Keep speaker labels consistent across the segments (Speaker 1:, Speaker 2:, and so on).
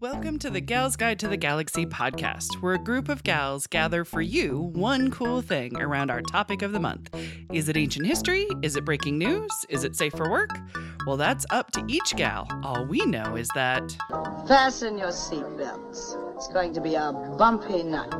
Speaker 1: Welcome to the Gals Guide to the Galaxy podcast, where a group of gals gather for you one cool thing around our topic of the month. Is it ancient history? Is it breaking news? Is it safe for work? Well, that's up to each gal. All we know is that.
Speaker 2: Fasten your seatbelts. It's going to be a bumpy night.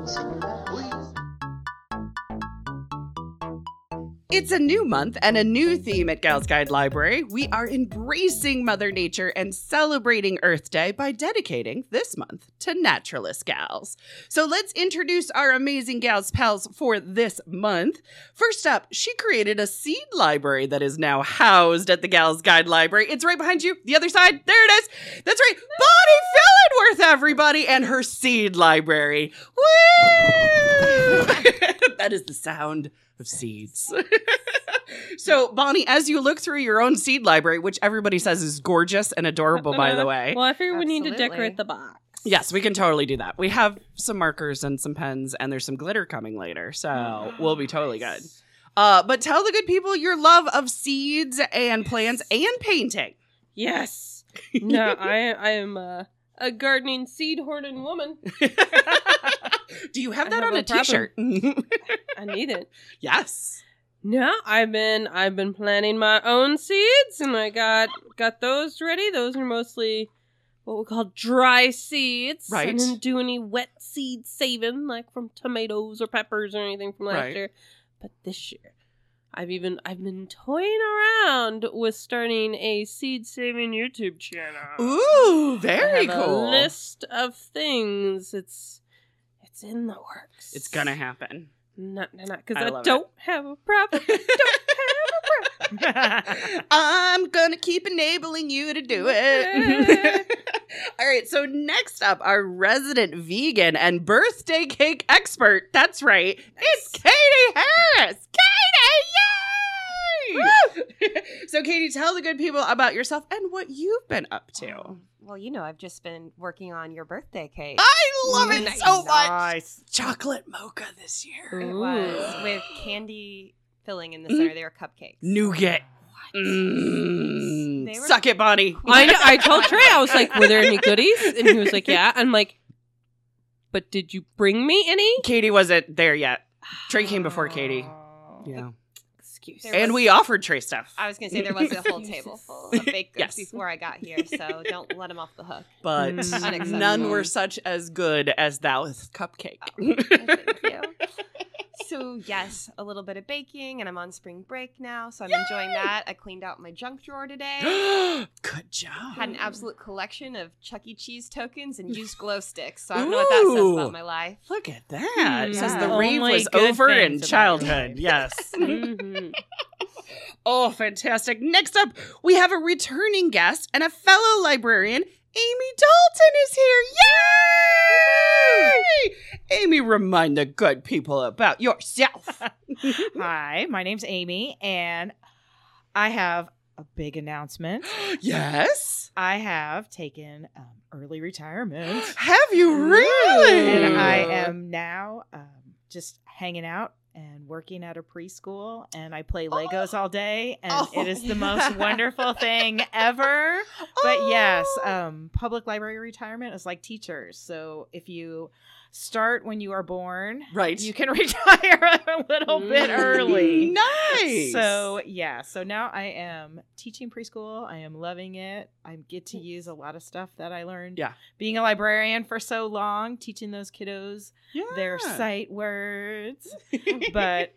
Speaker 1: It's a new month and a new theme at Gals Guide Library. We are embracing Mother Nature and celebrating Earth Day by dedicating this month to naturalist gals. So let's introduce our amazing gals pals for this month. First up, she created a seed library that is now housed at the Gals Guide Library. It's right behind you, the other side. There it is. That's right, Bonnie Fillingworth, everybody, and her seed library. Woo! that is the sound of seeds. so, Bonnie, as you look through your own seed library, which everybody says is gorgeous and adorable, by the way.
Speaker 3: Well, I figured we need to
Speaker 4: Absolutely.
Speaker 3: decorate the box.
Speaker 1: Yes, we can totally do that. We have some markers and some pens, and there's some glitter coming later, so Oh, we'll be totally good. Uh, but tell the good people your love of seeds and plants and painting.
Speaker 3: Yes. No, I I am a, a gardening seed hoarding woman.
Speaker 1: do you have
Speaker 3: I
Speaker 1: that
Speaker 3: have
Speaker 1: on
Speaker 3: a
Speaker 1: a t-shirt?
Speaker 3: I need it.
Speaker 1: yes.
Speaker 3: No, I've been I've been planting my own seeds and I got got those ready. Those are mostly what we call dry seeds. I
Speaker 1: Right.
Speaker 3: didn't do any wet seed saving like from tomatoes or peppers or anything from last
Speaker 1: Right.
Speaker 3: year. But this year I've even I've been toying around with starting a seed saving YouTube channel.
Speaker 1: Ooh,
Speaker 3: I
Speaker 1: very
Speaker 3: have
Speaker 1: cool.
Speaker 3: A list of things. It's it's in the works.
Speaker 1: It's gonna happen.
Speaker 3: not not because
Speaker 1: I
Speaker 3: I,
Speaker 1: love it.
Speaker 3: don't have a problem. I don't have a problem.
Speaker 1: I'm gonna keep enabling you to do it. All right, so next up, our resident vegan and birthday cake expert. That's right, it's Katie Harris. Katie, yay! so, Katie, tell the good people about yourself and what you've been up to.
Speaker 4: Um, Well, you know, I've just been working on your birthday cake.
Speaker 1: I love it so much.
Speaker 4: Nice.
Speaker 1: Chocolate mocha this year.
Speaker 4: It
Speaker 3: Ooh.
Speaker 4: was with candy filling in the
Speaker 1: Mm-hmm.
Speaker 4: center. They were cupcakes.
Speaker 1: Nougat.
Speaker 4: What?
Speaker 1: Mm.
Speaker 4: They were-
Speaker 1: Suck it, Bonnie.
Speaker 3: I know, I told Trey I was like, were there any goodies? And he was like, yeah. I'm like, but did you bring me any?
Speaker 1: Katie wasn't there yet. Trey came before Katie. Yeah.
Speaker 3: Excuse.
Speaker 4: There
Speaker 1: And
Speaker 4: was-
Speaker 1: we offered Trey stuff.
Speaker 4: I was going to say there was a whole table full of baked
Speaker 1: Yes.
Speaker 4: goods before I got here, so don't let them off the hook.
Speaker 1: but
Speaker 3: Mm.
Speaker 4: Unacceptable.
Speaker 1: none were such as good as thou cupcake.
Speaker 4: Thank you. So yes, a little bit of baking, and I'm on spring break now, so I'm enjoying that. I cleaned out my junk drawer today.
Speaker 1: good job.
Speaker 4: Had an absolute collection of Chuck E. Cheese tokens and used glow sticks. So I don't know what that says
Speaker 1: Ooh.
Speaker 4: about my life.
Speaker 1: Look at that.
Speaker 3: Mm.
Speaker 1: Says
Speaker 4: Yeah.
Speaker 1: the rave
Speaker 3: Only
Speaker 1: was
Speaker 3: good
Speaker 1: over in
Speaker 3: things about
Speaker 1: childhood.
Speaker 3: rave.
Speaker 1: Yes.
Speaker 3: Mhm.
Speaker 1: oh, fantastic. Next up, we have a returning guest and a fellow librarian. Amy Dalton is here. Yay! Amy, remind the good people about yourself. Mm-hmm.
Speaker 5: Hi, my name's Amy, and I have a big announcement.
Speaker 1: yes.
Speaker 5: I have taken um, early retirement,
Speaker 1: Have you really?
Speaker 5: and I am now um, just hanging out and working at a preschool, and I play Legos all day, and
Speaker 1: Oh.
Speaker 5: it is the most wonderful thing ever. But yes,
Speaker 1: Oh.
Speaker 5: um, public library retirement is like teachers. So if you start when you are born,
Speaker 1: right.
Speaker 5: you can retire a little bit
Speaker 3: Mm.
Speaker 5: early.
Speaker 1: Nice.
Speaker 5: So yeah, so now I am teaching preschool. I am loving it. I get to use a lot of stuff that I learned.
Speaker 1: Yeah.
Speaker 5: Being a librarian for so long, teaching those kiddos
Speaker 1: yeah.
Speaker 5: their sight words. but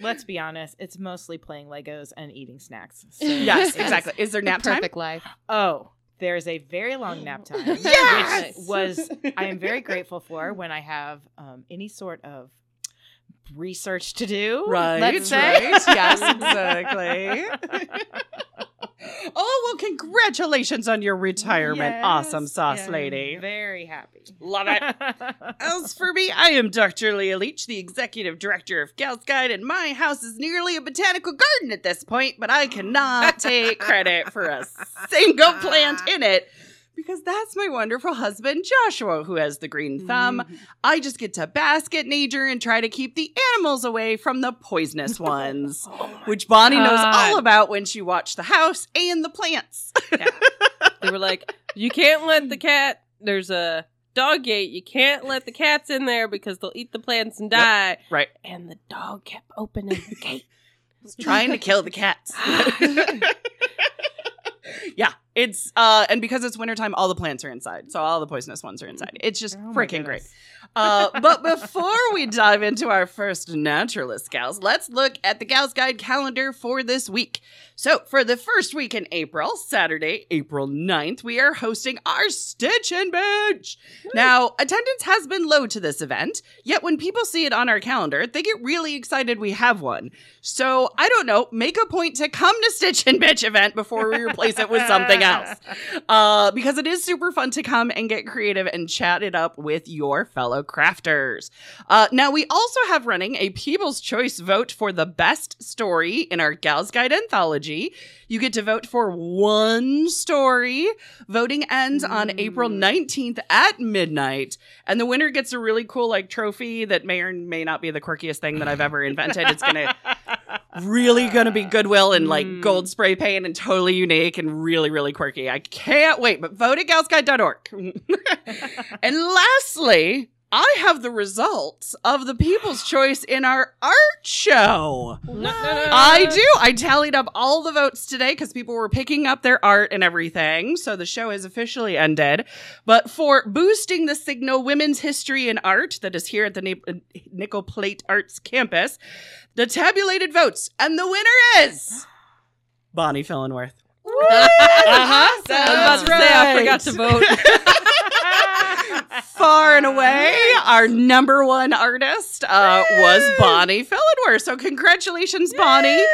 Speaker 5: Let's be honest, it's mostly playing Legos and eating snacks. So
Speaker 1: yes,
Speaker 5: it's-
Speaker 1: exactly. Is there nap time?
Speaker 4: Perfect life.
Speaker 5: Oh, there's a very long nap time.
Speaker 1: Yes!
Speaker 5: Which was I am very grateful for when I have um, any sort of research to do.
Speaker 1: Right.
Speaker 5: Let's say.
Speaker 1: right. Yes, exactly. oh, well, congratulations on your retirement.
Speaker 5: Yes,
Speaker 1: awesome sauce
Speaker 5: yes.
Speaker 1: lady.
Speaker 5: Very happy.
Speaker 1: Love As for me, I am Dr. Leah Leach, the executive director of Gals Guide, and my house is nearly a botanical garden at this point, but I cannot take credit for a single plant in it because that's my wonderful husband, Joshua, who has the green thumb. I just get to basket nature and try to keep the animals away from the poisonous ones, which Bonnie knows
Speaker 3: God.
Speaker 1: all about when she watched the house and the plants.
Speaker 3: They were like, you can't let the cat there's a dog gate. You can't let the cats in there because they'll eat the plants and die.
Speaker 1: right.
Speaker 3: And the dog kept opening the gate.
Speaker 1: It's trying to kill the cats. yeah, it's uh, and because it's wintertime, all the plants are inside, so all the poisonous ones are inside. It's just
Speaker 5: Oh my
Speaker 1: freaking great.
Speaker 5: goodness.
Speaker 1: Uh, but before we dive into our first naturalist gals, let's look at the Gals Guide calendar for this week. So, for the first week in April, Saturday, April 9th, we are hosting our Stitch and Bench. Now, attendance has been low to this event, yet when people see it on our calendar, they get really excited we have one. So, I don't know, make a point to come to Stitch and Bitch event before we replace it with something else uh, because it is super fun to come and get creative and chat it up with your fellow crafters. Uh, now, we also have running a People's Choice vote for the best story in our Gals Guide anthology. You get to vote for one story. Voting ends on April 19th at midnight, and the winner gets a really cool like trophy that may or may not be the quirkiest thing that I've ever invented. It's gonna really gonna be goodwill and like
Speaker 3: Mm.
Speaker 1: gold spray paint and totally unique and really really quirky i can't wait but vote at galsguide.org and lastly i have the results of the people's choice in our art show
Speaker 3: No, no, no, no,
Speaker 1: I
Speaker 3: no.
Speaker 1: do. I tallied up all the votes today because people were picking up their art and everything. So the show is officially ended. But for boosting the signal women's history and art that is here at the Na- Nickel Plate Arts campus, the tabulated votes and the winner is Bonnie Fillenworth. uh-huh.
Speaker 3: I was about to say I forgot to vote.
Speaker 1: Far and away, our number one artist uh, was Bonnie Fillenworth. So congratulations, Bonnie.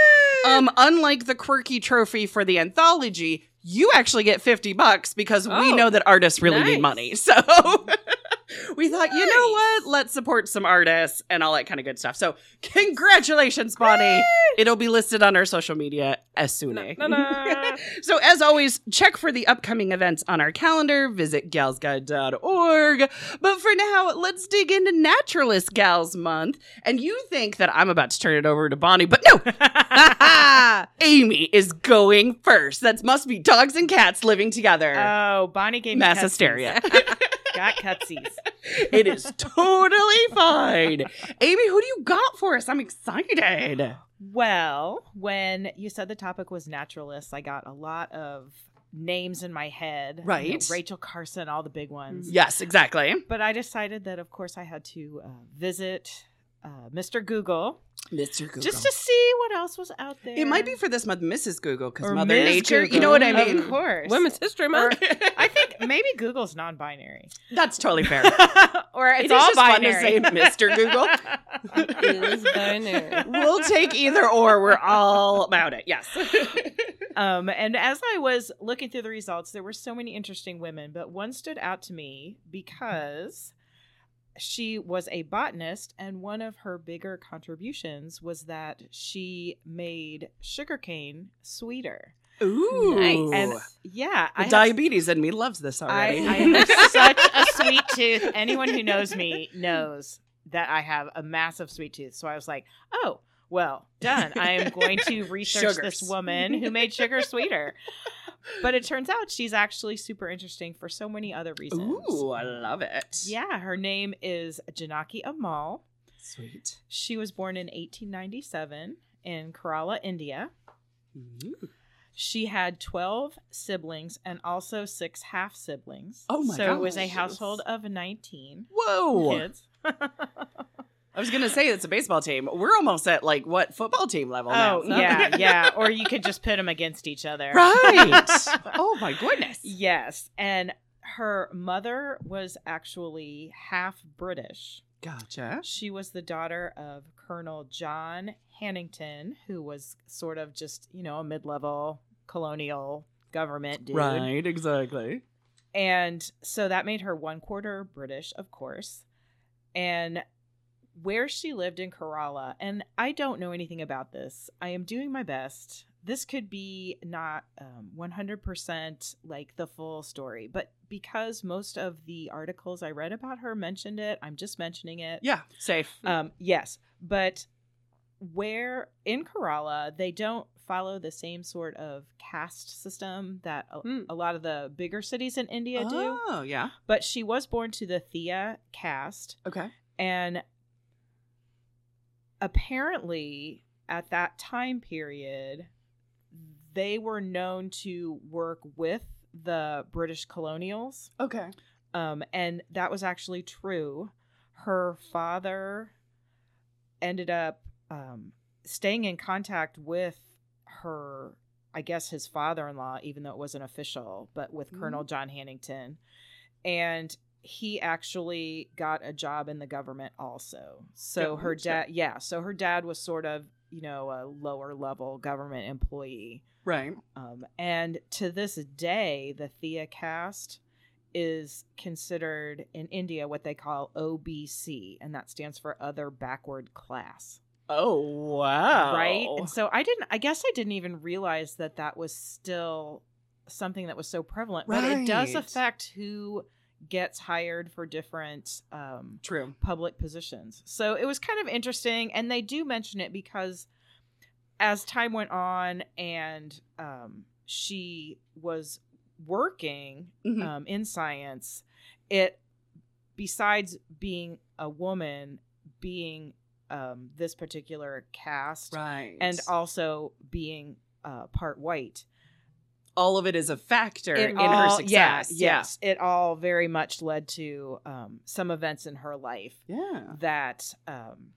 Speaker 1: Um, unlike the quirky trophy for the anthology, you actually get 50 bucks because we
Speaker 3: Oh,
Speaker 1: know that artists really need
Speaker 3: nice.
Speaker 1: money. So we thought, you know what? Let's support some artists and all that kind of good stuff. So congratulations, Bonnie. It'll be listed on our social media as soon as.
Speaker 3: No, no, no.
Speaker 1: So, as always, check for the upcoming events on our calendar. Visit galsguide.org. But for now, let's dig into Naturalist Gals Month. And you think that I'm about to turn it over to Bonnie, but no! Amy is going first. That must be dogs and cats living together.
Speaker 5: Oh, Bonnie gave me
Speaker 1: Mass
Speaker 5: cutsies.
Speaker 1: hysteria.
Speaker 5: Got cutsies.
Speaker 1: it is totally fine. Amy, who do you got for us? I'm excited.
Speaker 5: Well, when you said the topic was naturalists, I got a lot of names in my head. You know,
Speaker 1: Right. Mm-hmm.
Speaker 5: Rachel Carson, all the big ones.
Speaker 1: Yes, exactly.
Speaker 5: But I decided that, of course, I had to uh, visit uh, Mr. Google,
Speaker 1: Mr. Google.
Speaker 5: just to see what else was out there.
Speaker 1: it might be for this month, Mrs. Google, because
Speaker 5: Or
Speaker 1: Mother
Speaker 5: Ms.
Speaker 1: Nature. You
Speaker 5: Google.
Speaker 1: know what I mean?
Speaker 5: Of course.
Speaker 3: Women's History Month.
Speaker 5: I think maybe Google's non binary.
Speaker 1: That's totally fair.
Speaker 5: or it's
Speaker 1: It is
Speaker 5: all
Speaker 1: just fun to
Speaker 5: binary.
Speaker 1: say Mr. Google.
Speaker 3: It is binary.
Speaker 1: we'll take either or. We're all about it. Yes.
Speaker 5: Um, and as I was looking through the results, there were so many interesting women, but one stood out to me because she was a botanist, and one of her bigger contributions was that she made sugarcane sweeter.
Speaker 1: Ooh.
Speaker 3: Nice.
Speaker 5: And yeah,
Speaker 1: The
Speaker 5: I have,
Speaker 1: diabetes in me loves this
Speaker 5: I,
Speaker 1: already.
Speaker 5: I have such a sweet tooth. Anyone who knows me knows that I have a massive sweet tooth. So I was like, oh, well, done. I am going to research
Speaker 1: Sugars.
Speaker 5: this woman who made sugar sweeter. But it turns out she's actually super interesting for so many other reasons.
Speaker 1: Ooh, I love it.
Speaker 5: Yeah, her name is Janaki Amal.
Speaker 1: Sweet.
Speaker 5: She was born in 1897 in Kerala, India.
Speaker 1: Ooh.
Speaker 5: She had 12 siblings and also six half siblings.
Speaker 1: Oh my
Speaker 5: So it was a
Speaker 1: gosh.
Speaker 5: household of 19
Speaker 1: Whoa.
Speaker 5: kids.
Speaker 1: I was going to say it's a baseball team. We're almost at like what football team level now.
Speaker 5: Oh,
Speaker 1: so-
Speaker 5: yeah, yeah. Or you could just put them against each other.
Speaker 1: Right. oh my goodness.
Speaker 5: Yes. And her mother was actually half British.
Speaker 1: Gotcha.
Speaker 5: She was the daughter of Colonel John Hannington, who was sort of just, you know, a mid level colonial government dude.
Speaker 1: Right, exactly.
Speaker 5: And so that made her one quarter British, of course. And where she lived in Kerala, and I don't know anything about this. I am doing my best. This could be not um, 100% like the full story, but because most of the articles I read about her mentioned it, I'm just mentioning it.
Speaker 1: Yeah, safe.
Speaker 5: Um, yes, but where in Kerala, they don't follow the same sort of caste system that a,
Speaker 3: Hmm.
Speaker 5: a lot of the bigger cities in India do.
Speaker 1: oh, yeah.
Speaker 5: But she was born to the Thea caste,
Speaker 1: Okay.
Speaker 5: and apparently at that time period, they were known to work with the British colonials.
Speaker 1: Okay.
Speaker 5: Um, and that was actually true. Her father ended up um, staying in contact with her, I guess his father in law, even though it wasn't official, but with Colonel John Hannington. And he actually got a job in the government also. So her
Speaker 1: Gotcha.
Speaker 5: dad, yeah, so her dad was sort of, you know, a lower level government employee.
Speaker 1: Right.
Speaker 5: Um, and to this day, the Thea caste is considered in India what they call OBC, and that stands for other backward class.
Speaker 1: Oh, wow.
Speaker 5: Right? And so I didn't, I guess I didn't even realize that that was still something that was so prevalent, but it does
Speaker 1: Right.
Speaker 5: affect who gets hired for different um,
Speaker 1: True.
Speaker 5: public positions. So it was kind of interesting, and they do mention it because as time went on and um, she was working
Speaker 1: Mhm.
Speaker 5: um, in science, it besides being a woman, being um, this particular cast,
Speaker 1: Right.
Speaker 5: and also being uh, part white,
Speaker 1: all of it is a factor in her
Speaker 5: all- yeah,
Speaker 1: success.
Speaker 5: yes, it all very much led to um, some events in her life
Speaker 1: Yeah. Yeah.
Speaker 5: that um,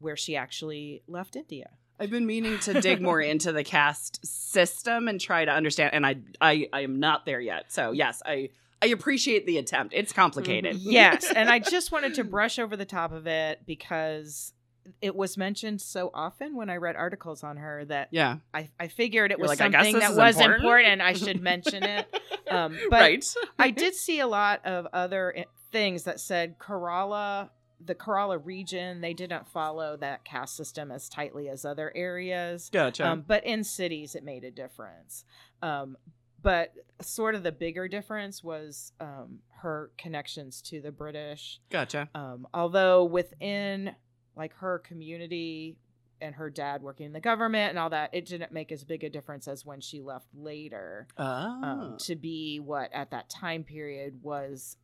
Speaker 5: where she actually left India.
Speaker 1: I've been meaning to dig more into the caste system and try to understand and I I I am not there yet. So, yes, I I appreciate the attempt. It's complicated.
Speaker 5: Mm, yes, and I just wanted to brush over the top of it because it was mentioned so often when I read articles on her that
Speaker 1: Yeah.
Speaker 5: I, I figured it
Speaker 1: You're like,
Speaker 5: was
Speaker 1: I guess
Speaker 5: something
Speaker 1: this
Speaker 5: that
Speaker 1: is
Speaker 5: was
Speaker 1: important.
Speaker 5: important. I should mention it. Um, but
Speaker 1: right.
Speaker 5: I did see a lot of other i- things that said Kerala, the Kerala region, they didn't follow that caste system as tightly as other areas.
Speaker 1: Gotcha.
Speaker 5: Um, but in cities, it made a difference. Um, but sort of the bigger difference was um, her connections to the British.
Speaker 1: gotcha.
Speaker 5: Um, although within like her community and her dad working in the government and all that, it didn't make as big a difference as when she left later
Speaker 1: Oh.
Speaker 5: um, to be what at that time period was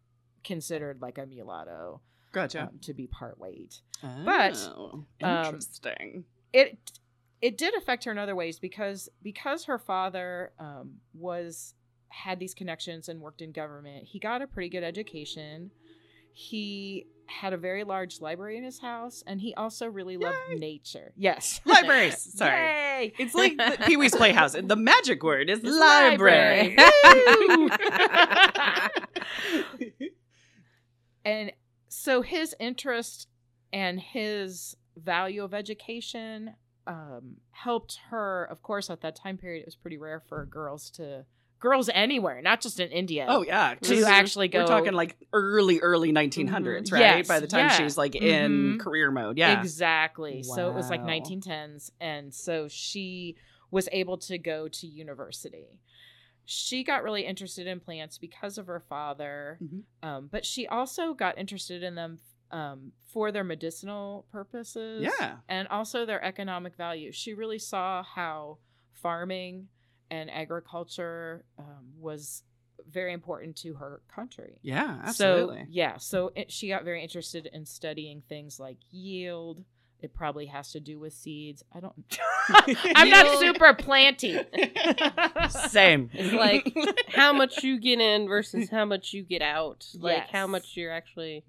Speaker 5: considered like a mulatto
Speaker 1: gotcha.
Speaker 5: um, to be part white. but,
Speaker 1: Oh,
Speaker 5: um,
Speaker 1: interesting.
Speaker 5: it it did affect her in other ways because because her father um, was had these connections and worked in government he got a pretty good education he had a very large library in his house and he also really
Speaker 1: Yay.
Speaker 5: loved nature yes
Speaker 1: Libraries. Sorry.
Speaker 5: Yay!
Speaker 1: It's like the Pee Wee's Playhouse. The magic word is
Speaker 5: It's
Speaker 1: library.
Speaker 5: library. and so his interest and his value of education um, helped her of course at that time period it was pretty rare for girls to girls anywhere not just in india
Speaker 1: oh yeah. 'cause
Speaker 5: to actually go
Speaker 1: We're talking like early, early 1900s,
Speaker 5: Mhm.
Speaker 1: right?
Speaker 5: Yes,
Speaker 1: By the time she
Speaker 5: yeah.
Speaker 1: was like in
Speaker 5: Mhm.
Speaker 1: career mode. Yeah.
Speaker 5: Exactly. So it was like
Speaker 1: Wow.
Speaker 5: 1910s. And so she was able to go to university. She got really interested in plants because of her father,
Speaker 1: Mhm.
Speaker 5: um, but she also got interested in them um, for their medicinal purposes
Speaker 1: Yeah.
Speaker 5: and also their economic value. She really saw how farming and agriculture um, was very important to her country.
Speaker 1: Yeah,
Speaker 5: So,
Speaker 1: absolutely.
Speaker 5: yeah, so it, she got very interested in studying things like yield. It probably has to do with seeds. I don't. I'm not
Speaker 3: Yield.
Speaker 5: super planty.
Speaker 1: Same.
Speaker 3: It's like how much you get in versus how much you get out. Like how
Speaker 5: Yes.
Speaker 3: much you're actually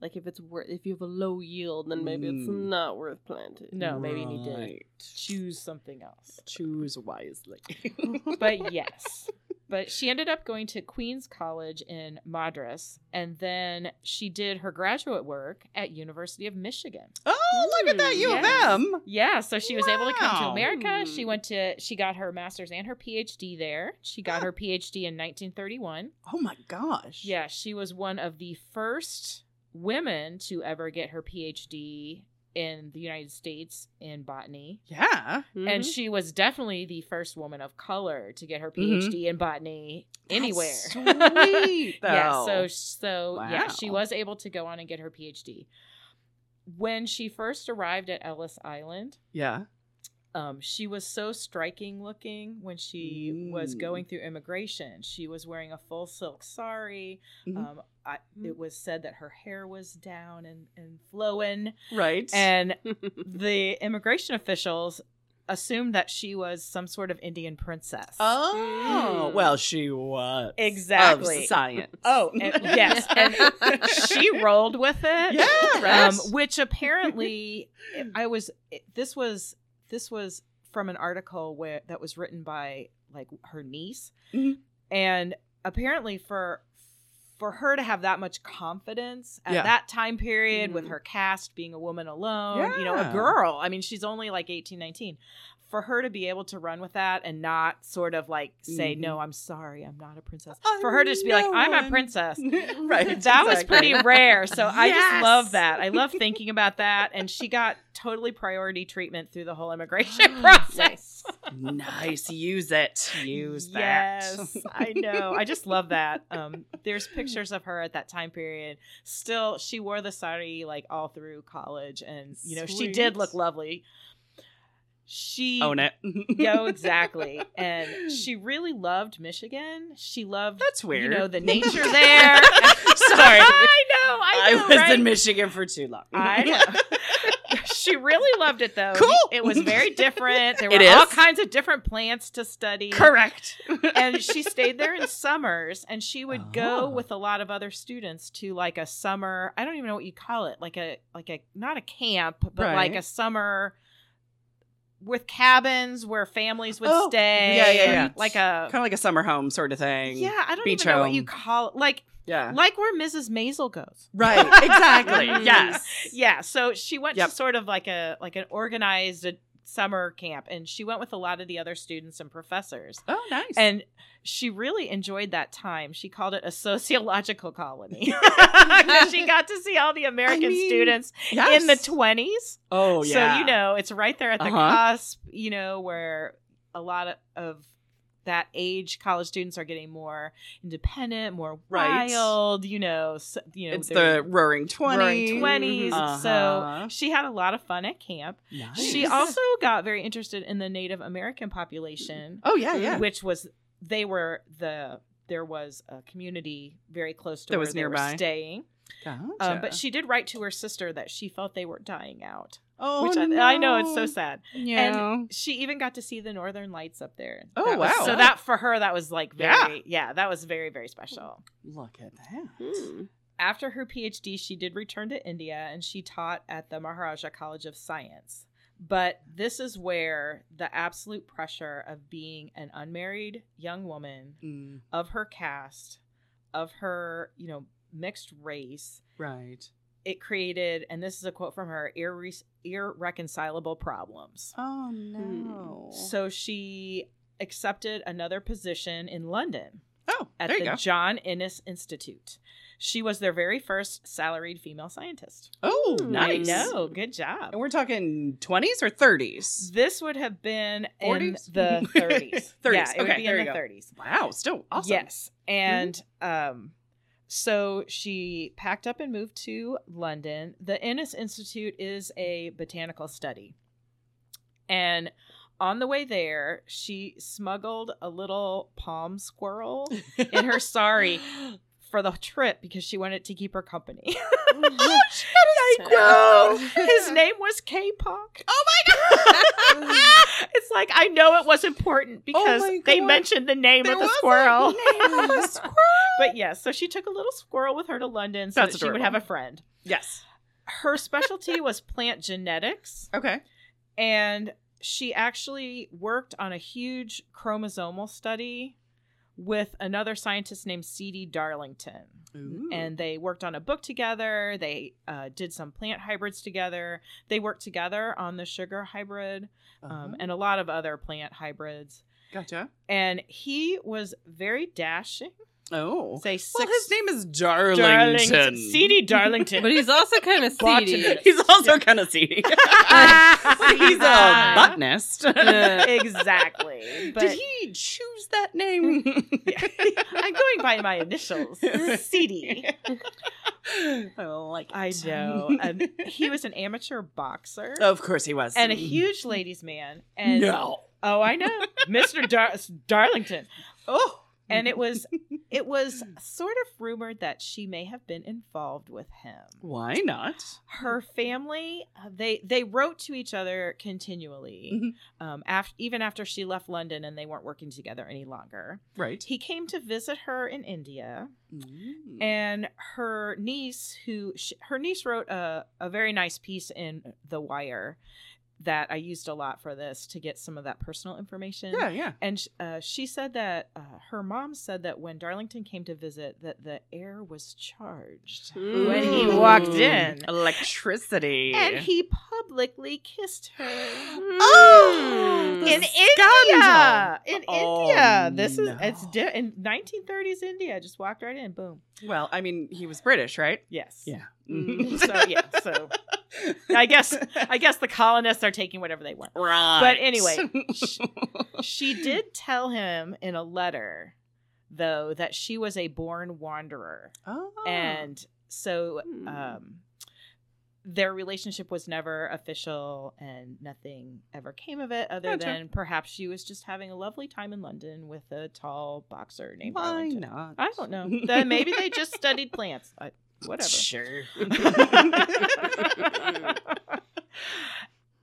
Speaker 3: like if it's worth if you have a low yield then maybe it's
Speaker 1: Mm.
Speaker 3: not worth planting.
Speaker 5: No, maybe you need to
Speaker 1: Right.
Speaker 5: choose something else.
Speaker 1: choose wisely.
Speaker 5: But yes, but she ended up going to Queen's College in Madras, and then she did her graduate work at University of Michigan.
Speaker 1: oh, look at that U of
Speaker 5: Yes.
Speaker 1: M.
Speaker 5: Yeah, so she was able to come to
Speaker 1: Wow.
Speaker 5: America. She
Speaker 3: Hmm.
Speaker 5: went to she got her master's and her PhD there. She got
Speaker 1: Huh.
Speaker 5: her PhD in 1931.
Speaker 1: Oh my gosh.
Speaker 5: Yeah, she was one of the first women to ever get her PhD in the United States in botany.
Speaker 1: Yeah.
Speaker 5: And
Speaker 3: Mhm.
Speaker 5: she was definitely the first woman of color to get her
Speaker 1: Mhm.
Speaker 5: PhD in botany anywhere.
Speaker 1: That's sweet. Though.
Speaker 5: Yeah, so so yeah, she
Speaker 1: Wow.
Speaker 5: was able to go on and get her PhD. When she first arrived at Ellis Island,
Speaker 1: yeah.
Speaker 5: Um, she was so striking looking when she was
Speaker 1: Mm.
Speaker 5: going through immigration. She was wearing a full silk sari.
Speaker 1: Mhm.
Speaker 5: Um, I, it
Speaker 3: Mm.
Speaker 5: was said that her hair was down and, and flowing.
Speaker 1: Right.
Speaker 5: And the immigration officials assumed that she was some sort of Indian princess.
Speaker 1: oh,
Speaker 3: Mm.
Speaker 1: well, she was.
Speaker 5: Exactly.
Speaker 1: Of science.
Speaker 5: Oh, and- yes. And she rolled with it.
Speaker 1: Yeah, right.
Speaker 5: Um, which apparently I was this was this was from an article where that was written by like her niece.
Speaker 1: Mhm.
Speaker 5: And apparently for for her to have that much confidence at
Speaker 1: Yeah. Mm-hmm.
Speaker 5: that time period with
Speaker 3: Mhm.
Speaker 5: her cast being a woman alone, you know,
Speaker 1: Yeah.
Speaker 5: a girl. I mean, she's only like 18, 19. For her to be able to run with that and not sort of like say,
Speaker 1: Mhm.
Speaker 5: "No, I'm sorry, I'm not a princess."
Speaker 1: I'm
Speaker 5: For her to just be like,
Speaker 1: Oh, no
Speaker 5: "I'm a
Speaker 1: one."
Speaker 5: princess,"
Speaker 1: right.
Speaker 5: that was
Speaker 1: exactly.
Speaker 5: pretty rare. So I just
Speaker 1: Yes.
Speaker 5: love that. I love thinking about that. And she got totally priority treatment through the whole immigration process.
Speaker 1: nice. Use it. Use
Speaker 5: yes,
Speaker 1: that.
Speaker 5: I know. I just love that. Um, there's pictures of her at that time period. Still, she wore the sari like all through college, and you know she
Speaker 1: Sweet. Oh,
Speaker 5: did look lovely. She
Speaker 1: Own it.
Speaker 5: Yo, exactly. And she really loved Michigan. She loved
Speaker 1: That's weird.
Speaker 5: you know the nature there.
Speaker 1: Sorry.
Speaker 5: I know. I,
Speaker 1: I
Speaker 5: know,
Speaker 1: was
Speaker 5: right?
Speaker 1: in Michigan for too long.
Speaker 5: I know. she really loved it though.
Speaker 1: Cool.
Speaker 5: It was very different. There were
Speaker 1: It
Speaker 5: all
Speaker 1: is.
Speaker 5: kinds of different plants to study.
Speaker 1: Correct.
Speaker 5: And she stayed there in summers and she would
Speaker 1: Oh.
Speaker 5: go with a lot of other students to like a summer, I don't even know what you call it, like a like a not a camp, but like
Speaker 1: Right.
Speaker 5: a summer with cabins where families would
Speaker 1: Oh,
Speaker 5: stay.
Speaker 1: yeah, yeah, yeah.
Speaker 5: Like a
Speaker 1: kind of like a summer home sort of thing.
Speaker 5: yeah, I don't
Speaker 1: beach
Speaker 5: even know what
Speaker 1: home.
Speaker 5: you call it. Like
Speaker 1: Yeah.
Speaker 5: like where Mrs. Maisel goes.
Speaker 1: Right. Exactly.
Speaker 5: Mm.
Speaker 1: yes.
Speaker 5: Yeah, so she went
Speaker 1: Yep.
Speaker 5: to sort of like a like an organized uh, summer camp and she went with a lot of the other students and professors.
Speaker 1: Oh, nice.
Speaker 5: And she really enjoyed that time. She called it a sociological colony. 'Cause she got to see all the American
Speaker 1: mean,
Speaker 5: students
Speaker 1: Yes.
Speaker 5: in the 20s.
Speaker 1: oh yeah.
Speaker 5: So, you know, it's right there at the
Speaker 1: Uh-huh.
Speaker 5: cusp, you know, where a lot of, of that age college students are getting more independent, more
Speaker 1: Right.
Speaker 5: wild, you know, so, you know,
Speaker 1: it's the
Speaker 5: they're-
Speaker 1: Roaring Twenties.
Speaker 5: roaring 20s.
Speaker 1: Uh-huh.
Speaker 5: So she had a lot of fun at camp.
Speaker 1: Nice.
Speaker 5: She also got very interested in the Native American population,
Speaker 1: Oh yeah, yeah.
Speaker 5: which was they were the there was a community very close to
Speaker 1: That
Speaker 5: where
Speaker 1: was
Speaker 5: they
Speaker 1: nearby.
Speaker 5: were staying. Um,
Speaker 1: Gotcha.
Speaker 5: but she did write to her sister that she felt they were dying out,
Speaker 1: oh,
Speaker 5: which I,
Speaker 1: no.
Speaker 5: I know it's so sad.
Speaker 1: Yeah.
Speaker 5: She even got to see the northern lights up there.
Speaker 1: Oh,
Speaker 5: That was-
Speaker 1: wow.
Speaker 5: So that for her that was like
Speaker 1: Yeah.
Speaker 5: very yeah that was very very special.
Speaker 1: Look at that.
Speaker 3: Hmm.
Speaker 5: after her PhD, she did return to India and she taught at the Maharaja College of Science. But this is where the absolute pressure of being an unmarried young woman
Speaker 1: Mm,
Speaker 5: of her caste, of her, you know, mixed race,
Speaker 1: right.
Speaker 5: it created, and this is a quote from her, irre- irreconcilable problems.
Speaker 1: Oh no.
Speaker 5: So she accepted another position in London
Speaker 1: oh,
Speaker 5: at
Speaker 1: there you
Speaker 5: the
Speaker 1: go.
Speaker 5: John Innes Institute. She was their very first salaried female scientist.
Speaker 1: Oh, nice.
Speaker 5: I know. Good job.
Speaker 1: And we're talking 20s or 30s?
Speaker 5: This would have been
Speaker 1: 40s?
Speaker 5: in the 30s.
Speaker 1: 30s.
Speaker 5: Yeah, it would
Speaker 1: Okay,
Speaker 5: be
Speaker 1: there
Speaker 5: in
Speaker 1: you go.
Speaker 5: the 30s.
Speaker 1: Wow, still awesome. Mm-hmm.
Speaker 5: Yes. And um so she packed up and moved to London. The Innes Institute is a botanical study. And on the way there, she smuggled a little palm squirrel in her sari for the trip because she wanted to keep her company.
Speaker 3: So-
Speaker 1: Oh.
Speaker 5: No, his name was K-Pop. Oh my god! it's like I know it was important because
Speaker 1: Oh my
Speaker 5: they
Speaker 1: God.
Speaker 5: mentioned the name
Speaker 1: There
Speaker 5: of the
Speaker 1: was a
Speaker 5: squirrel.
Speaker 1: name of a squirrel.
Speaker 5: but yes, so she took a little squirrel with her to London so
Speaker 1: That's
Speaker 5: that she would
Speaker 1: adorable.
Speaker 5: have a friend.
Speaker 1: Yes.
Speaker 5: Her specialty was plant genetics,
Speaker 1: Okay.
Speaker 5: and she actually worked on a huge chromosomal study with another scientist named C.D. Darlington
Speaker 1: Ooh.
Speaker 5: and they worked on a book together. They uh, did some plant hybrids together. They worked together on the sugar hybrid
Speaker 1: Uh-huh.
Speaker 5: um, and a lot of other plant hybrids.
Speaker 1: gotcha.
Speaker 5: And he was very dashing.
Speaker 1: Oh.
Speaker 5: Say six.
Speaker 1: well, his name is Darlington.
Speaker 5: Seedy Darlington.
Speaker 3: But he's also kind of seedy.
Speaker 5: Botanist.
Speaker 1: He's also kind of seedy. He's
Speaker 5: Uh-huh.
Speaker 1: a botanist.
Speaker 3: Yeah.
Speaker 5: exactly. But
Speaker 1: Did he choose that name?
Speaker 5: I'm going by my initials, Seedy.
Speaker 1: I like it.
Speaker 5: I know. And he was an amateur boxer
Speaker 1: of course he was.
Speaker 5: and a huge ladies' man. And
Speaker 1: Oh, no.
Speaker 5: oh, I know, Mister Dar- Darlington.
Speaker 1: Oh.
Speaker 5: And it was it was sort of rumored that she may have been involved with him.
Speaker 1: Why not?
Speaker 5: Her family uh, they they wrote to each other continually, um, af- even after she left London and they weren't working together any longer.
Speaker 1: Right.
Speaker 5: He came to visit her in India.
Speaker 1: Mm.
Speaker 5: and her niece who sh her niece wrote a, a very nice piece in the wire that i used a lot for this to get some of that personal information
Speaker 1: yeah, yeah.
Speaker 5: and sh- uh, she said that uh, her mom said that when darlington came to visit that the air was charged
Speaker 1: When he
Speaker 3: Mm.
Speaker 1: walked
Speaker 5: in.
Speaker 1: Electricity.
Speaker 5: and he publicly kissed her
Speaker 3: Hmm.
Speaker 5: Hmm.
Speaker 1: Oh,
Speaker 3: Mm.
Speaker 1: the
Speaker 5: in
Speaker 1: scandal.
Speaker 5: India, in
Speaker 1: Oh,
Speaker 5: India, this is it's
Speaker 1: no.
Speaker 5: di- in 1930s India. I just walked right in, boom.
Speaker 1: well, I mean, he was British, right?
Speaker 5: Yes,
Speaker 1: Yeah.
Speaker 5: Mm, so yeah, so I guess I guess the colonists are taking whatever they want.
Speaker 1: right.
Speaker 5: But anyway, sh- she did tell him in a letter though that she was a born wanderer
Speaker 1: Oh.
Speaker 5: and so
Speaker 3: Hmm.
Speaker 5: um their relationship was never official and nothing ever came of it other
Speaker 1: Gotcha.
Speaker 5: than perhaps she was just having a lovely time in London with a tall boxer named
Speaker 1: why
Speaker 5: Arlington.
Speaker 1: not?
Speaker 5: I don't know. Then maybe they just studied plants. I, whatever.
Speaker 1: Sure.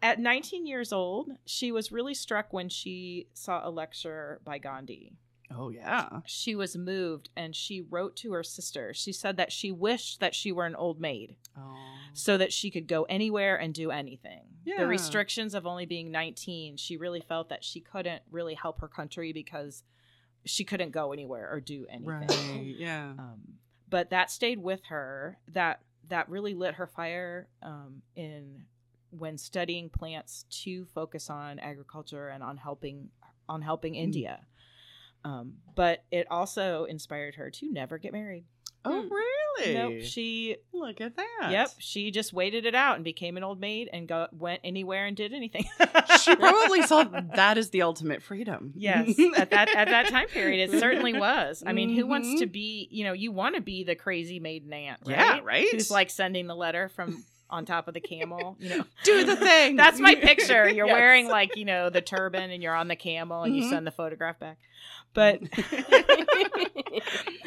Speaker 5: At 19 years old, she was really struck when she saw a lecture by Gandhi.
Speaker 1: oh yeah.
Speaker 5: She was moved and she wrote to her sister. She said that she wished that she were an old maid
Speaker 1: Oh.
Speaker 5: so that she could go anywhere and do anything.
Speaker 1: Yeah.
Speaker 5: The restrictions of only being 19, she really felt that she couldn't really help her country because she couldn't go anywhere or do anything.
Speaker 1: Right. Yeah.
Speaker 5: Um, but that stayed with her. That that really lit her fire um, in when studying plants to focus on agriculture and on helping on helping
Speaker 1: Mm.
Speaker 5: India. Um, but it also inspired her to never get married.
Speaker 1: Oh
Speaker 3: Hmm.
Speaker 1: really?
Speaker 5: Nope, she
Speaker 1: Look at that.
Speaker 5: yep she just waited it out and became an old maid and go, went anywhere and did anything.
Speaker 1: She probably saw that as the ultimate freedom.
Speaker 5: Yes, at that at that time period, it certainly was. I mean, who wants to be? You know, you want to be the crazy maiden aunt, right?
Speaker 1: Mm-hmm. Yeah, right?
Speaker 5: Who's like sending the letter from on top of the camel? You know,
Speaker 1: do the thing.
Speaker 5: that's my picture. You're
Speaker 1: Yes.
Speaker 5: wearing like you know the turban, and you're on the camel, and
Speaker 1: Mhm.
Speaker 5: you send the photograph back. But
Speaker 1: Mm-hmm.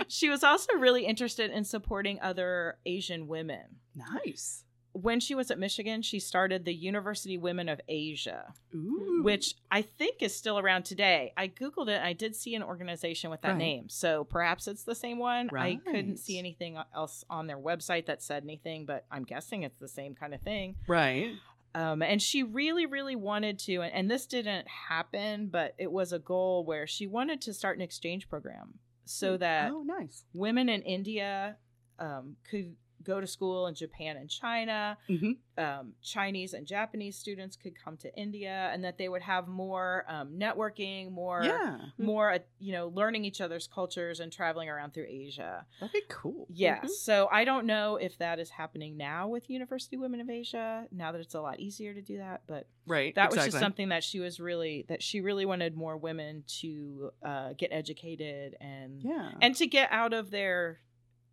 Speaker 5: she was also really interested in supporting other Asian women.
Speaker 1: nice.
Speaker 5: When she was at Michigan, she started the University Women of Asia
Speaker 1: Ooh.
Speaker 5: which I think is still around today. I googled it. And I did see an organization with that
Speaker 1: Right.
Speaker 5: name, so perhaps it's the same one. I
Speaker 1: Right.
Speaker 5: couldn't see anything else on their website that said anything, but I'm guessing it's the same kind of thing.
Speaker 1: right.
Speaker 5: Um, and she really, really wanted to, and, and this didn't happen, but it was a goal where she wanted to start an exchange program so that
Speaker 1: oh, nice.
Speaker 5: women in India um, could go to school in Japan and China.
Speaker 1: Mhm.
Speaker 5: Um, Chinese and Japanese students could come to India, and that they would have more um, networking, more
Speaker 1: yeah, Mm-hmm.
Speaker 5: more uh, you know learning each other's cultures and traveling around through Asia.
Speaker 1: that'd be cool. Mm-hmm.
Speaker 5: Yeah.
Speaker 3: Mhm.
Speaker 5: So I don't know if that is happening now with University Women of Asia. Now that it's a lot easier to do that, but
Speaker 1: Right.
Speaker 5: that was
Speaker 1: exactly.
Speaker 5: just something that she was really that she really wanted more women to uh, get educated and
Speaker 1: Yeah.
Speaker 5: and to get out of their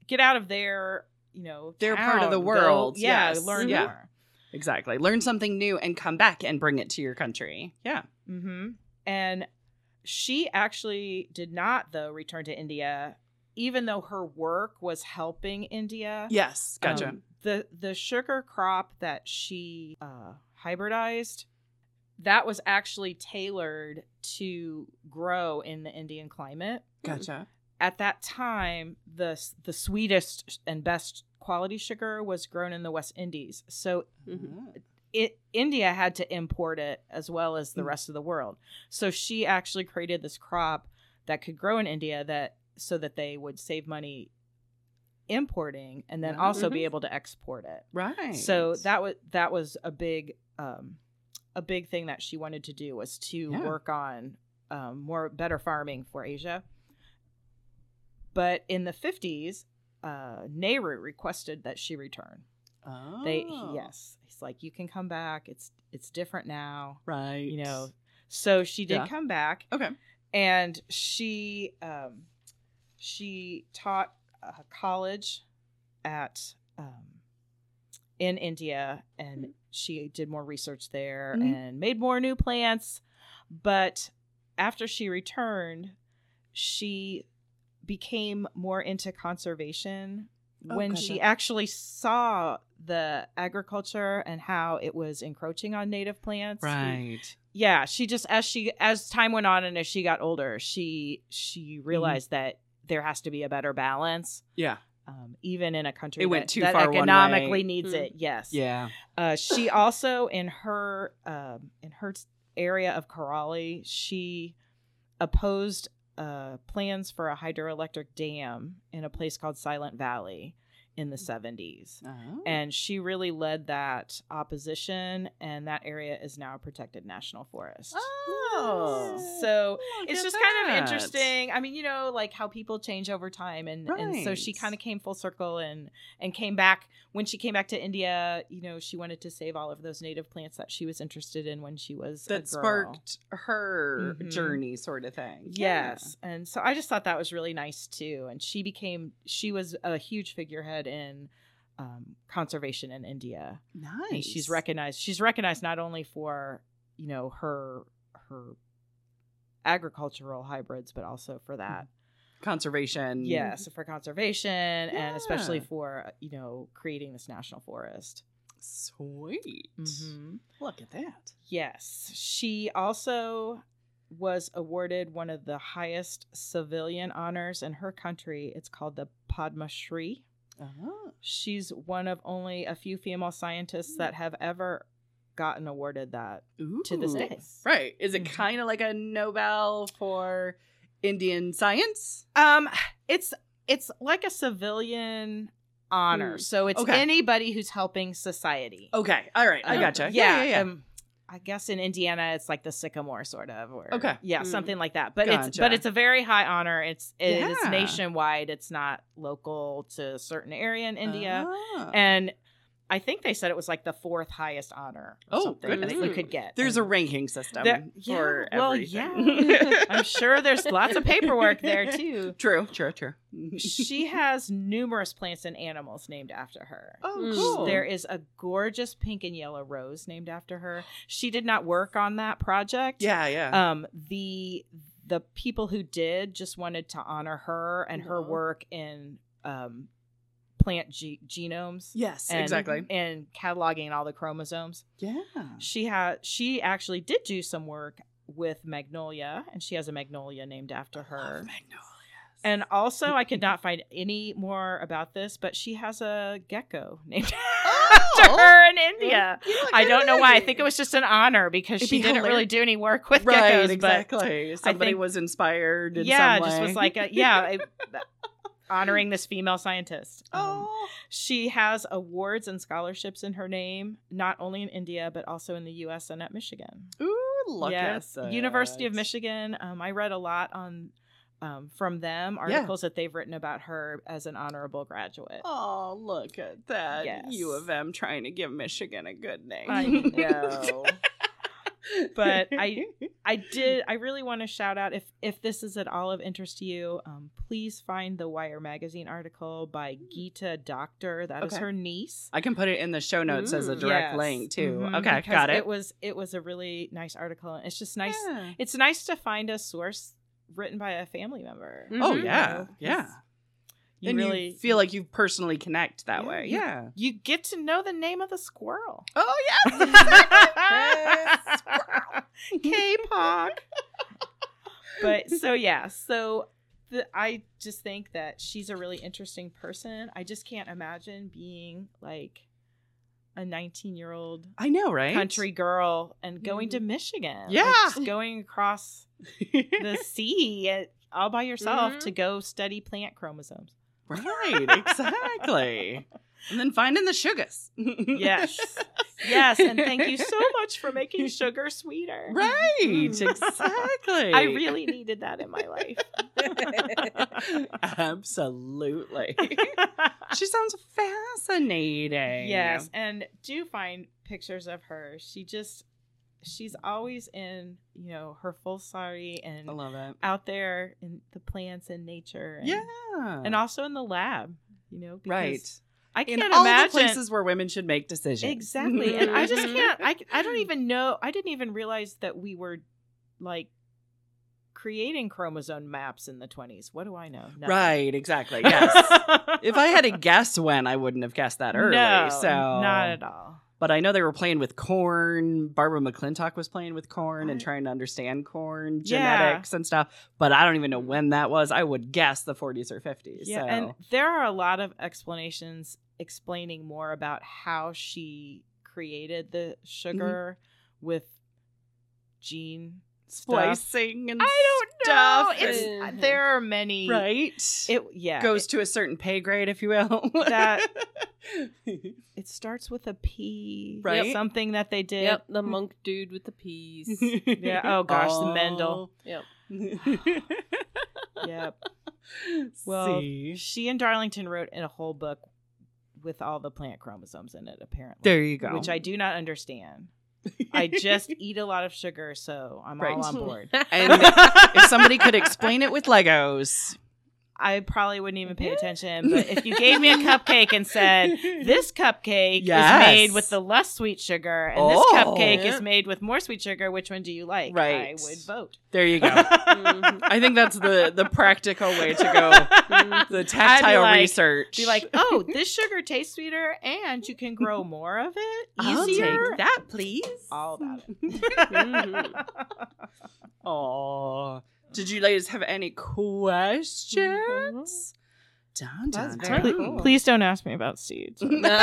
Speaker 5: get out of their you know
Speaker 1: Their part of
Speaker 5: town,
Speaker 1: the
Speaker 5: go-
Speaker 1: world,
Speaker 5: yeah
Speaker 1: yes. Mm-hmm.
Speaker 5: learn
Speaker 1: Yeah.
Speaker 5: more
Speaker 1: exactly. Learn something new and come back and bring it to your country. Yeah.
Speaker 5: mm-hmm. and she actually did not though return to india even though her work was helping india
Speaker 1: Yes. Gotcha.
Speaker 5: Um, the the sugar crop that she uh hybridized that was actually tailored to grow in the indian climate
Speaker 1: gotcha.
Speaker 5: at that time the the sweetest and best quality sugar was grown in the West Indies. So
Speaker 3: Mhm.
Speaker 5: mm-hmm. it, India had to import it as well as the
Speaker 1: Mm.
Speaker 5: rest of the world. So she actually created this crop that could grow in India that so that they would save money importing and then
Speaker 1: Wow. Mm-hmm.
Speaker 5: also
Speaker 3: Mhm.
Speaker 5: be able to export it.
Speaker 1: Right.
Speaker 5: So that was that was a big um a big thing that she wanted to do was to
Speaker 1: Yeah.
Speaker 5: work on um, more better farming for Asia. But in the 50s, uh, Nehru requested that she return.
Speaker 1: Oh.
Speaker 5: They he- yes, he's like you can come back. It's it's different now,
Speaker 1: Right.
Speaker 5: you know. So she did
Speaker 1: Yeah.
Speaker 5: come back.
Speaker 1: Okay.
Speaker 5: And she um she taught uh, college at um, in India,
Speaker 1: Mm.
Speaker 5: and she did more research there
Speaker 1: Mhm.
Speaker 5: and made more new plants. But after she returned, she became more into conservation
Speaker 1: Oh,
Speaker 5: when
Speaker 1: good.
Speaker 5: she actually saw the agriculture and how it was encroaching on native plants
Speaker 1: Right.
Speaker 5: yeah she just as she as time went on and as she got older she
Speaker 1: Mm-hmm.
Speaker 5: she realized that there has to be a better balance
Speaker 1: Yeah.
Speaker 5: um, even in a country
Speaker 1: It went
Speaker 5: that,
Speaker 1: too
Speaker 5: that
Speaker 1: far one
Speaker 5: economically
Speaker 1: way. Mm-hmm.
Speaker 5: needs
Speaker 3: Mm.
Speaker 5: it yes
Speaker 1: Yeah.
Speaker 5: uh, she also in her um, in her s- area of Karali she opposed uh, plans for a hydroelectric dam in a place called Silent Valley in the
Speaker 1: Mm.
Speaker 5: 70s
Speaker 1: Oh.
Speaker 5: and she really led that opposition and that area is now a protected national forest
Speaker 1: Ah, Oh.
Speaker 5: so
Speaker 1: Look
Speaker 5: it's
Speaker 1: at
Speaker 5: just kind
Speaker 1: that.
Speaker 5: of interesting i mean you know like how people change over time and and so she
Speaker 1: Right.
Speaker 5: kind of came full circle and and came back when she came back to india you know she wanted to save all of those native plants that she was interested in when she was a
Speaker 1: That
Speaker 5: girl.
Speaker 1: sparked her
Speaker 5: Mhm.
Speaker 1: journey, sort of thing.
Speaker 5: Yes. And so I just thought that was really nice too. And she became, she was a huge figurehead in um, conservation in India.
Speaker 1: Yeah.
Speaker 5: And
Speaker 1: Nice.
Speaker 5: she's recognized she's recognized not only for you know her her agricultural hybrids but also for that
Speaker 1: Mm-hmm. conservation.
Speaker 5: yes for conservation and especially
Speaker 1: Yeah.
Speaker 5: for you know creating this national forest
Speaker 1: Sweet.
Speaker 5: Mm-hmm.
Speaker 1: Mm-hmm. Look at that.
Speaker 5: yes she also was awarded one of the highest civilian honors in her country it's called the padma shri
Speaker 1: Oh.
Speaker 5: she's one of only a few female scientists
Speaker 1: Mm.
Speaker 5: that have ever gotten awarded that to this
Speaker 1: Ooh.
Speaker 5: day
Speaker 1: Right. Is it
Speaker 5: Mhm.
Speaker 1: kind of like a Nobel for Indian science?
Speaker 5: Um, it's it's like a civilian honor,
Speaker 1: Hmm.
Speaker 5: so it's
Speaker 1: Okay.
Speaker 5: anybody who's helping society.
Speaker 1: Okay. All right. I
Speaker 5: Um,
Speaker 1: gotcha. Yeah.
Speaker 5: Yeah,
Speaker 1: Yeah.
Speaker 5: um, I guess in Indiana, it's like the sycamore, sort of. Or,
Speaker 1: Okay.
Speaker 5: Yeah,
Speaker 3: Hmm.
Speaker 5: something like that. But it's but
Speaker 1: Gotcha.
Speaker 5: it's a very high honor. It's it is
Speaker 1: Yeah.
Speaker 5: nationwide. It's not local to a certain area in India,
Speaker 1: Ah.
Speaker 5: and I think they said it was like the fourth highest honor. Or
Speaker 1: Oh,
Speaker 5: something that
Speaker 1: goodness.
Speaker 5: you could get.
Speaker 1: There's a
Speaker 5: And-
Speaker 1: ranking system
Speaker 5: There- yeah,
Speaker 1: for
Speaker 5: well,
Speaker 1: everything.
Speaker 5: yeah. I'm sure there's lots of paperwork there too.
Speaker 1: True. True. True.
Speaker 5: she has numerous plants and animals named after her.
Speaker 1: oh,
Speaker 3: Mm.
Speaker 1: cool.
Speaker 5: There is a gorgeous pink and yellow rose named after her. She did not work on that project.
Speaker 1: Yeah. Yeah.
Speaker 5: Um the the people who did just wanted to honor her and her
Speaker 3: Aw.
Speaker 5: work in um plant ge- genomes
Speaker 1: yes.
Speaker 5: and-
Speaker 1: exactly.
Speaker 5: and cataloging all the chromosomes.
Speaker 1: Yeah.
Speaker 5: She had she actually did do some work with Magnolia and she has a magnolia named after her.
Speaker 1: Love magnolias.
Speaker 5: And
Speaker 1: Mm.
Speaker 5: also, I could not find any more about this, but she has a gecko named after
Speaker 1: Oh!
Speaker 5: her in India.
Speaker 1: Look
Speaker 5: I
Speaker 1: at
Speaker 5: don't know why. I think it was just an honor because
Speaker 1: It'd
Speaker 5: she
Speaker 1: be
Speaker 5: didn't
Speaker 1: hilarious.
Speaker 5: really do any work with
Speaker 1: right.
Speaker 5: geckos.
Speaker 1: exactly. Somebody
Speaker 5: think-
Speaker 1: was inspired.
Speaker 5: But
Speaker 1: In
Speaker 5: yeah,
Speaker 1: some
Speaker 5: just
Speaker 1: way.
Speaker 5: was like, a, yeah, I- honoring this female scientist. Um,
Speaker 1: oh.
Speaker 5: she has awards and scholarships in her name, not only in India but also in the U.S. and at Michigan.
Speaker 1: Ooh, look
Speaker 5: yes,
Speaker 1: at that.
Speaker 5: University of Michigan. Um, I read a lot on um, from them articles that they've written about her as an honorable graduate.
Speaker 1: Oh, look at that.
Speaker 5: Yes.
Speaker 1: U of M trying to give Michigan a good name.
Speaker 5: I know. But I- I did. I really want to shout out if if this is at all of interest to you, um, please find the Wire magazine article by Gita Doctor. That is
Speaker 1: Mm. Okay.
Speaker 5: her niece.
Speaker 1: I can put it in the show notes as a
Speaker 3: Mm.
Speaker 1: direct
Speaker 5: Yes.
Speaker 1: link too.
Speaker 5: Mhm,
Speaker 1: Okay,
Speaker 5: because
Speaker 1: got it.
Speaker 5: It was it was a really nice article. and It's just nice.
Speaker 1: Yeah.
Speaker 5: It's nice to find a source written by a family member.
Speaker 3: Mhm.
Speaker 1: Oh
Speaker 5: you
Speaker 1: yeah,
Speaker 5: know, 'cause
Speaker 1: yeah.
Speaker 5: Mm-hmm. You
Speaker 1: and
Speaker 5: really
Speaker 1: you feel like you personally connect that
Speaker 5: Yeah,
Speaker 1: way.
Speaker 5: you-
Speaker 1: Yeah.
Speaker 5: You get to know the name of the squirrel.
Speaker 1: Oh Ah!
Speaker 5: K-pop. But so yeah, so the, I just think that she's a really interesting person. I just can't imagine being like a 19-year-old
Speaker 1: I know, right? Mm-hmm.
Speaker 5: country girl and going to Michigan. Like,
Speaker 1: Yeah.
Speaker 5: just going across the sea at, all by yourself
Speaker 1: Mm-hmm.
Speaker 3: Mhm.
Speaker 5: to go study plant chromosomes.
Speaker 1: right, exactly. and then finding the sugars.
Speaker 5: Yes. yes, and thank you so much for making sugar sweeter.
Speaker 1: Right,
Speaker 5: Mm.
Speaker 1: exactly.
Speaker 5: I really needed that in my life.
Speaker 1: Absolutely. she sounds fascinating.
Speaker 5: yes, and do find pictures of her. She just she's always in, you know, her full sari and
Speaker 1: I love it.
Speaker 5: out there in the plants and nature and,
Speaker 1: Yeah.
Speaker 5: and also in the lab, you know, because
Speaker 1: right.
Speaker 5: I
Speaker 1: in
Speaker 5: can't
Speaker 1: all
Speaker 5: imagine
Speaker 1: the places Mm-hmm. where women should make decisions.
Speaker 5: exactly. And I just
Speaker 3: Mhm.
Speaker 5: can't. I I don't even know. I didn't even realize that we were like creating chromosome maps in the 20s. What do I know? Nothing.
Speaker 1: Right, exactly. Yes. if I had to guess when, I wouldn't have guessed that early.
Speaker 5: No,
Speaker 1: so
Speaker 5: not at all.
Speaker 1: But I know they were playing with corn. Barbara McClintock was playing with corn and
Speaker 5: Right.
Speaker 1: trying to understand corn
Speaker 5: Yeah.
Speaker 1: genetics and stuff. But I don't even know when that was. I would guess the 40s or 50s.
Speaker 5: Yeah,
Speaker 1: so.
Speaker 5: and there are a lot of explanations explaining more about how she created the
Speaker 1: Mm-hmm.
Speaker 5: sugar with gene stuff.
Speaker 1: splicing and
Speaker 5: I
Speaker 1: stuff.
Speaker 5: don't know. It's
Speaker 4: Mm-hmm.
Speaker 1: uh,
Speaker 3: and-
Speaker 5: there are many.
Speaker 1: right. It
Speaker 5: It yeah.
Speaker 1: goes
Speaker 5: it,
Speaker 1: to a certain pay grade, if you will.
Speaker 5: That- it starts with a P.
Speaker 1: Right.
Speaker 5: Something that they did.
Speaker 3: Yep, the monk dude with the peas.
Speaker 5: Yeah, oh gosh, the Mendel.
Speaker 3: Yep.
Speaker 5: Yep. Well,
Speaker 1: See?
Speaker 5: She and Darlington wrote in a whole book with all the plant chromosomes in it. Apparently.
Speaker 1: there you go.
Speaker 5: Which I do not understand. I just eat a lot of sugar, so I'm
Speaker 1: Right.
Speaker 5: all on board.
Speaker 1: And if somebody could explain it with Legos,
Speaker 5: I probably wouldn't even pay attention, but if you gave me a cupcake and said, This cupcake
Speaker 1: Yes.
Speaker 5: is made with the less sweet sugar, and
Speaker 1: Oh.
Speaker 5: this cupcake
Speaker 3: Yeah.
Speaker 5: is made with more sweet sugar, which one do you like? I
Speaker 1: Right.
Speaker 5: would vote.
Speaker 1: there you go.
Speaker 5: I
Speaker 1: I think that's the the practical way to go. The tactile
Speaker 5: like-
Speaker 1: research.
Speaker 5: Be like, oh, this sugar tastes sweeter, and you can grow more of it easier.
Speaker 1: that, Mm-hmm. please.
Speaker 5: All about it.
Speaker 3: Mhm.
Speaker 1: Oh, did you ladies have any questions?
Speaker 3: Mm-hmm.
Speaker 1: Dun,
Speaker 4: That's
Speaker 1: dun,
Speaker 4: very
Speaker 1: dun.
Speaker 4: cool.
Speaker 5: Please don't ask me about seeds.
Speaker 3: No.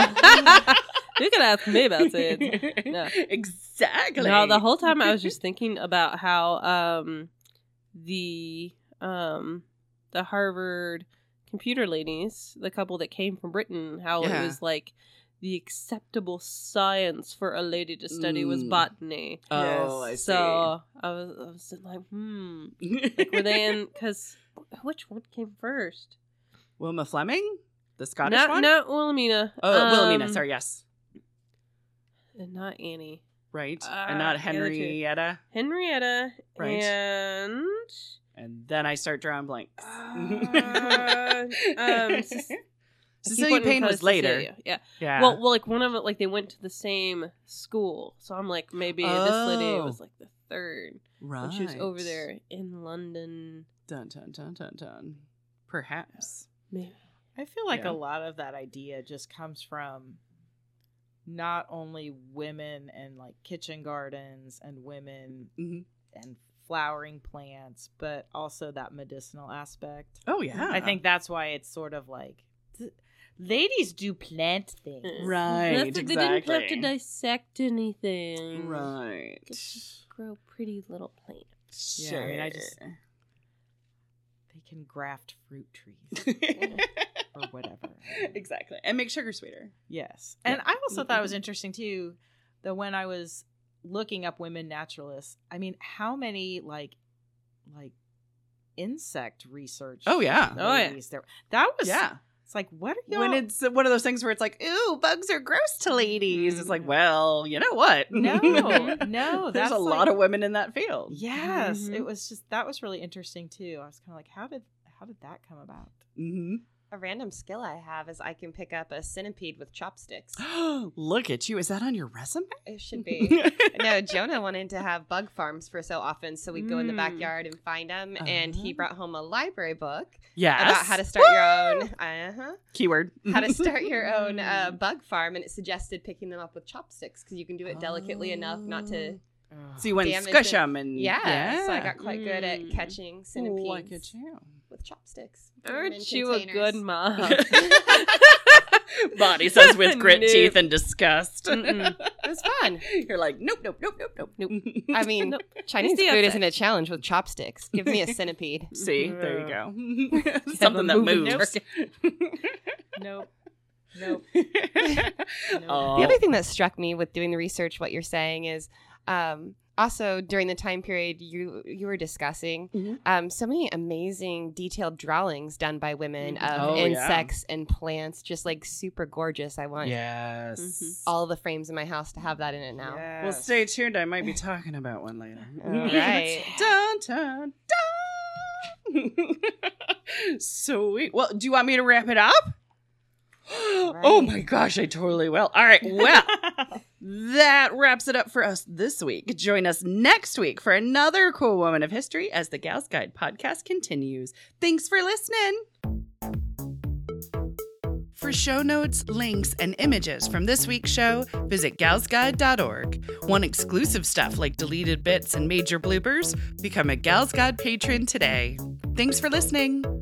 Speaker 3: you could ask me about it. No.
Speaker 1: Exactly.
Speaker 3: No, the whole time I was just thinking about how um the um the Harvard computer ladies, the couple that came from Britain, how
Speaker 1: Yeah.
Speaker 3: it was like the acceptable science for a lady to study was
Speaker 1: Mm.
Speaker 3: botany.
Speaker 1: Oh, I see.
Speaker 3: So I was, I was sitting like, hmm. Like, were they in? Because which one came first?
Speaker 1: Wilma Fleming, the Scottish
Speaker 3: not,
Speaker 1: one.
Speaker 3: not Wilhelmina.
Speaker 1: Oh, Wilhelmina.
Speaker 3: Um,
Speaker 1: Sorry, yes,
Speaker 3: And not Annie.
Speaker 1: right,
Speaker 3: uh,
Speaker 1: and
Speaker 3: the other
Speaker 1: not
Speaker 3: two.
Speaker 1: Henrietta.
Speaker 3: Henrietta
Speaker 1: Right.
Speaker 3: and
Speaker 1: And then I start drawing blanks.
Speaker 3: Uh, um, Cec-
Speaker 1: Cecilia
Speaker 3: Keep putting
Speaker 1: Payne
Speaker 3: in front
Speaker 1: was
Speaker 3: of
Speaker 1: later.
Speaker 3: Cecilia. Yeah.
Speaker 1: Yeah.
Speaker 3: Well, well, like one of it, like they went to the same school, so I'm like maybe this lady
Speaker 1: Oh.
Speaker 3: was like the third.
Speaker 1: right.
Speaker 3: when She was over there in London.
Speaker 1: Dun dun dun dun dun. Perhaps.
Speaker 3: Maybe.
Speaker 5: I feel like
Speaker 1: Yeah.
Speaker 5: a lot of that idea just comes from not only women and like kitchen gardens and women
Speaker 1: Mhm.
Speaker 5: and flowering plants, but also that medicinal aspect.
Speaker 1: Oh yeah.
Speaker 5: I think that's why it's sort of like th- ladies do plant things.
Speaker 1: Right,
Speaker 3: That's it, They didn't have
Speaker 1: exactly.
Speaker 3: to dissect anything.
Speaker 1: Right.
Speaker 3: Could just grow pretty little plants.
Speaker 5: Yeah, I mean, I just- They can graft fruit trees or whatever. I don't know.
Speaker 1: exactly. And make sugar sweeter.
Speaker 5: Yes. And I also thought it
Speaker 1: Mm-hmm.
Speaker 5: was interesting too that when I was looking up women naturalists, I mean, how many like like insect research?
Speaker 1: Oh, yeah.
Speaker 3: Oh, yeah.
Speaker 5: ladies there? That was yeah.
Speaker 1: Yeah.
Speaker 5: It's like what are y'all?
Speaker 1: When it's one of those things where it's like, ooh, bugs are gross to ladies. It's like,
Speaker 5: Mhm.
Speaker 1: well, you know what?
Speaker 5: no, no.
Speaker 1: There's
Speaker 5: that's
Speaker 1: a
Speaker 5: like-
Speaker 1: lot of women in that field.
Speaker 5: Yes,
Speaker 1: Mm-hmm.
Speaker 3: Mhm.
Speaker 5: it was just that was really interesting too. I was kind of like, how did how did that come about?
Speaker 1: Mhm.
Speaker 4: A random skill I have is I can pick up a centipede with chopsticks.
Speaker 1: Look at you. Is that on your resume?
Speaker 4: It should be. no, Jonah wanted to have bug farms for so often, so we'd go in the
Speaker 3: Mm.
Speaker 4: backyard and find them. And he
Speaker 1: Uh-huh.
Speaker 4: brought home a library book
Speaker 1: yes.
Speaker 4: about how to start your own. Uh huh.
Speaker 1: keyword.
Speaker 4: how to start your own uh,
Speaker 1: Mm.
Speaker 4: bug farm, and it suggested picking them up with chopsticks because you can do it delicately enough not to. Oh.
Speaker 1: so you went and
Speaker 4: damage
Speaker 1: Oh. squish
Speaker 4: it.
Speaker 1: them and
Speaker 4: Yeah, so I got
Speaker 1: yeah.
Speaker 4: quite good at
Speaker 3: Oh, Mm.
Speaker 4: catching centipedes
Speaker 1: Look at you.
Speaker 4: with chopsticks. Put 'em in
Speaker 3: Aren't you a
Speaker 4: containers.
Speaker 3: good mom?
Speaker 1: Bonnie says with grit
Speaker 3: Nope.
Speaker 1: teeth and disgust.
Speaker 3: Mm-mm.
Speaker 4: It was fun.
Speaker 1: You're like, nope, nope, nope, nope, nope,
Speaker 3: Nope.
Speaker 4: I mean,
Speaker 3: Nope.
Speaker 4: Chinese
Speaker 3: It's the
Speaker 4: food
Speaker 3: opposite.
Speaker 4: isn't a challenge with chopsticks. Give me a centipede.
Speaker 1: See, there you go.
Speaker 3: a
Speaker 1: Something that
Speaker 3: moving
Speaker 1: moves.
Speaker 5: Nope, nope.
Speaker 1: Oh.
Speaker 4: The other thing that struck me with doing the research, what you're saying is, um, also during the time period you you were discussing,
Speaker 1: Mhm.
Speaker 4: um, so many amazing detailed drawings done by women
Speaker 3: Mhm.
Speaker 4: of
Speaker 1: Oh, yeah.
Speaker 4: insects and plants, just like super gorgeous. I Mm-hmm. want
Speaker 1: Yes.
Speaker 3: Mhm.
Speaker 4: all the frames in my house to have that in it now.
Speaker 1: Well,
Speaker 5: Yes.
Speaker 1: stay tuned. I might be talking about one later.
Speaker 4: All right.
Speaker 1: Dun, dun, dun. Sweet. Well, do you want me to wrap it up? Oh my gosh, I totally will. All right. Well, that wraps it up for us this week. Join us next week for another cool woman of history as the Gals Guide podcast continues. Thanks for listening. For show notes, links, and images from this week's show, visit galsguide.org. Want exclusive stuff like deleted bits and major bloopers? Become a Gals Guide patron today. Thanks for listening.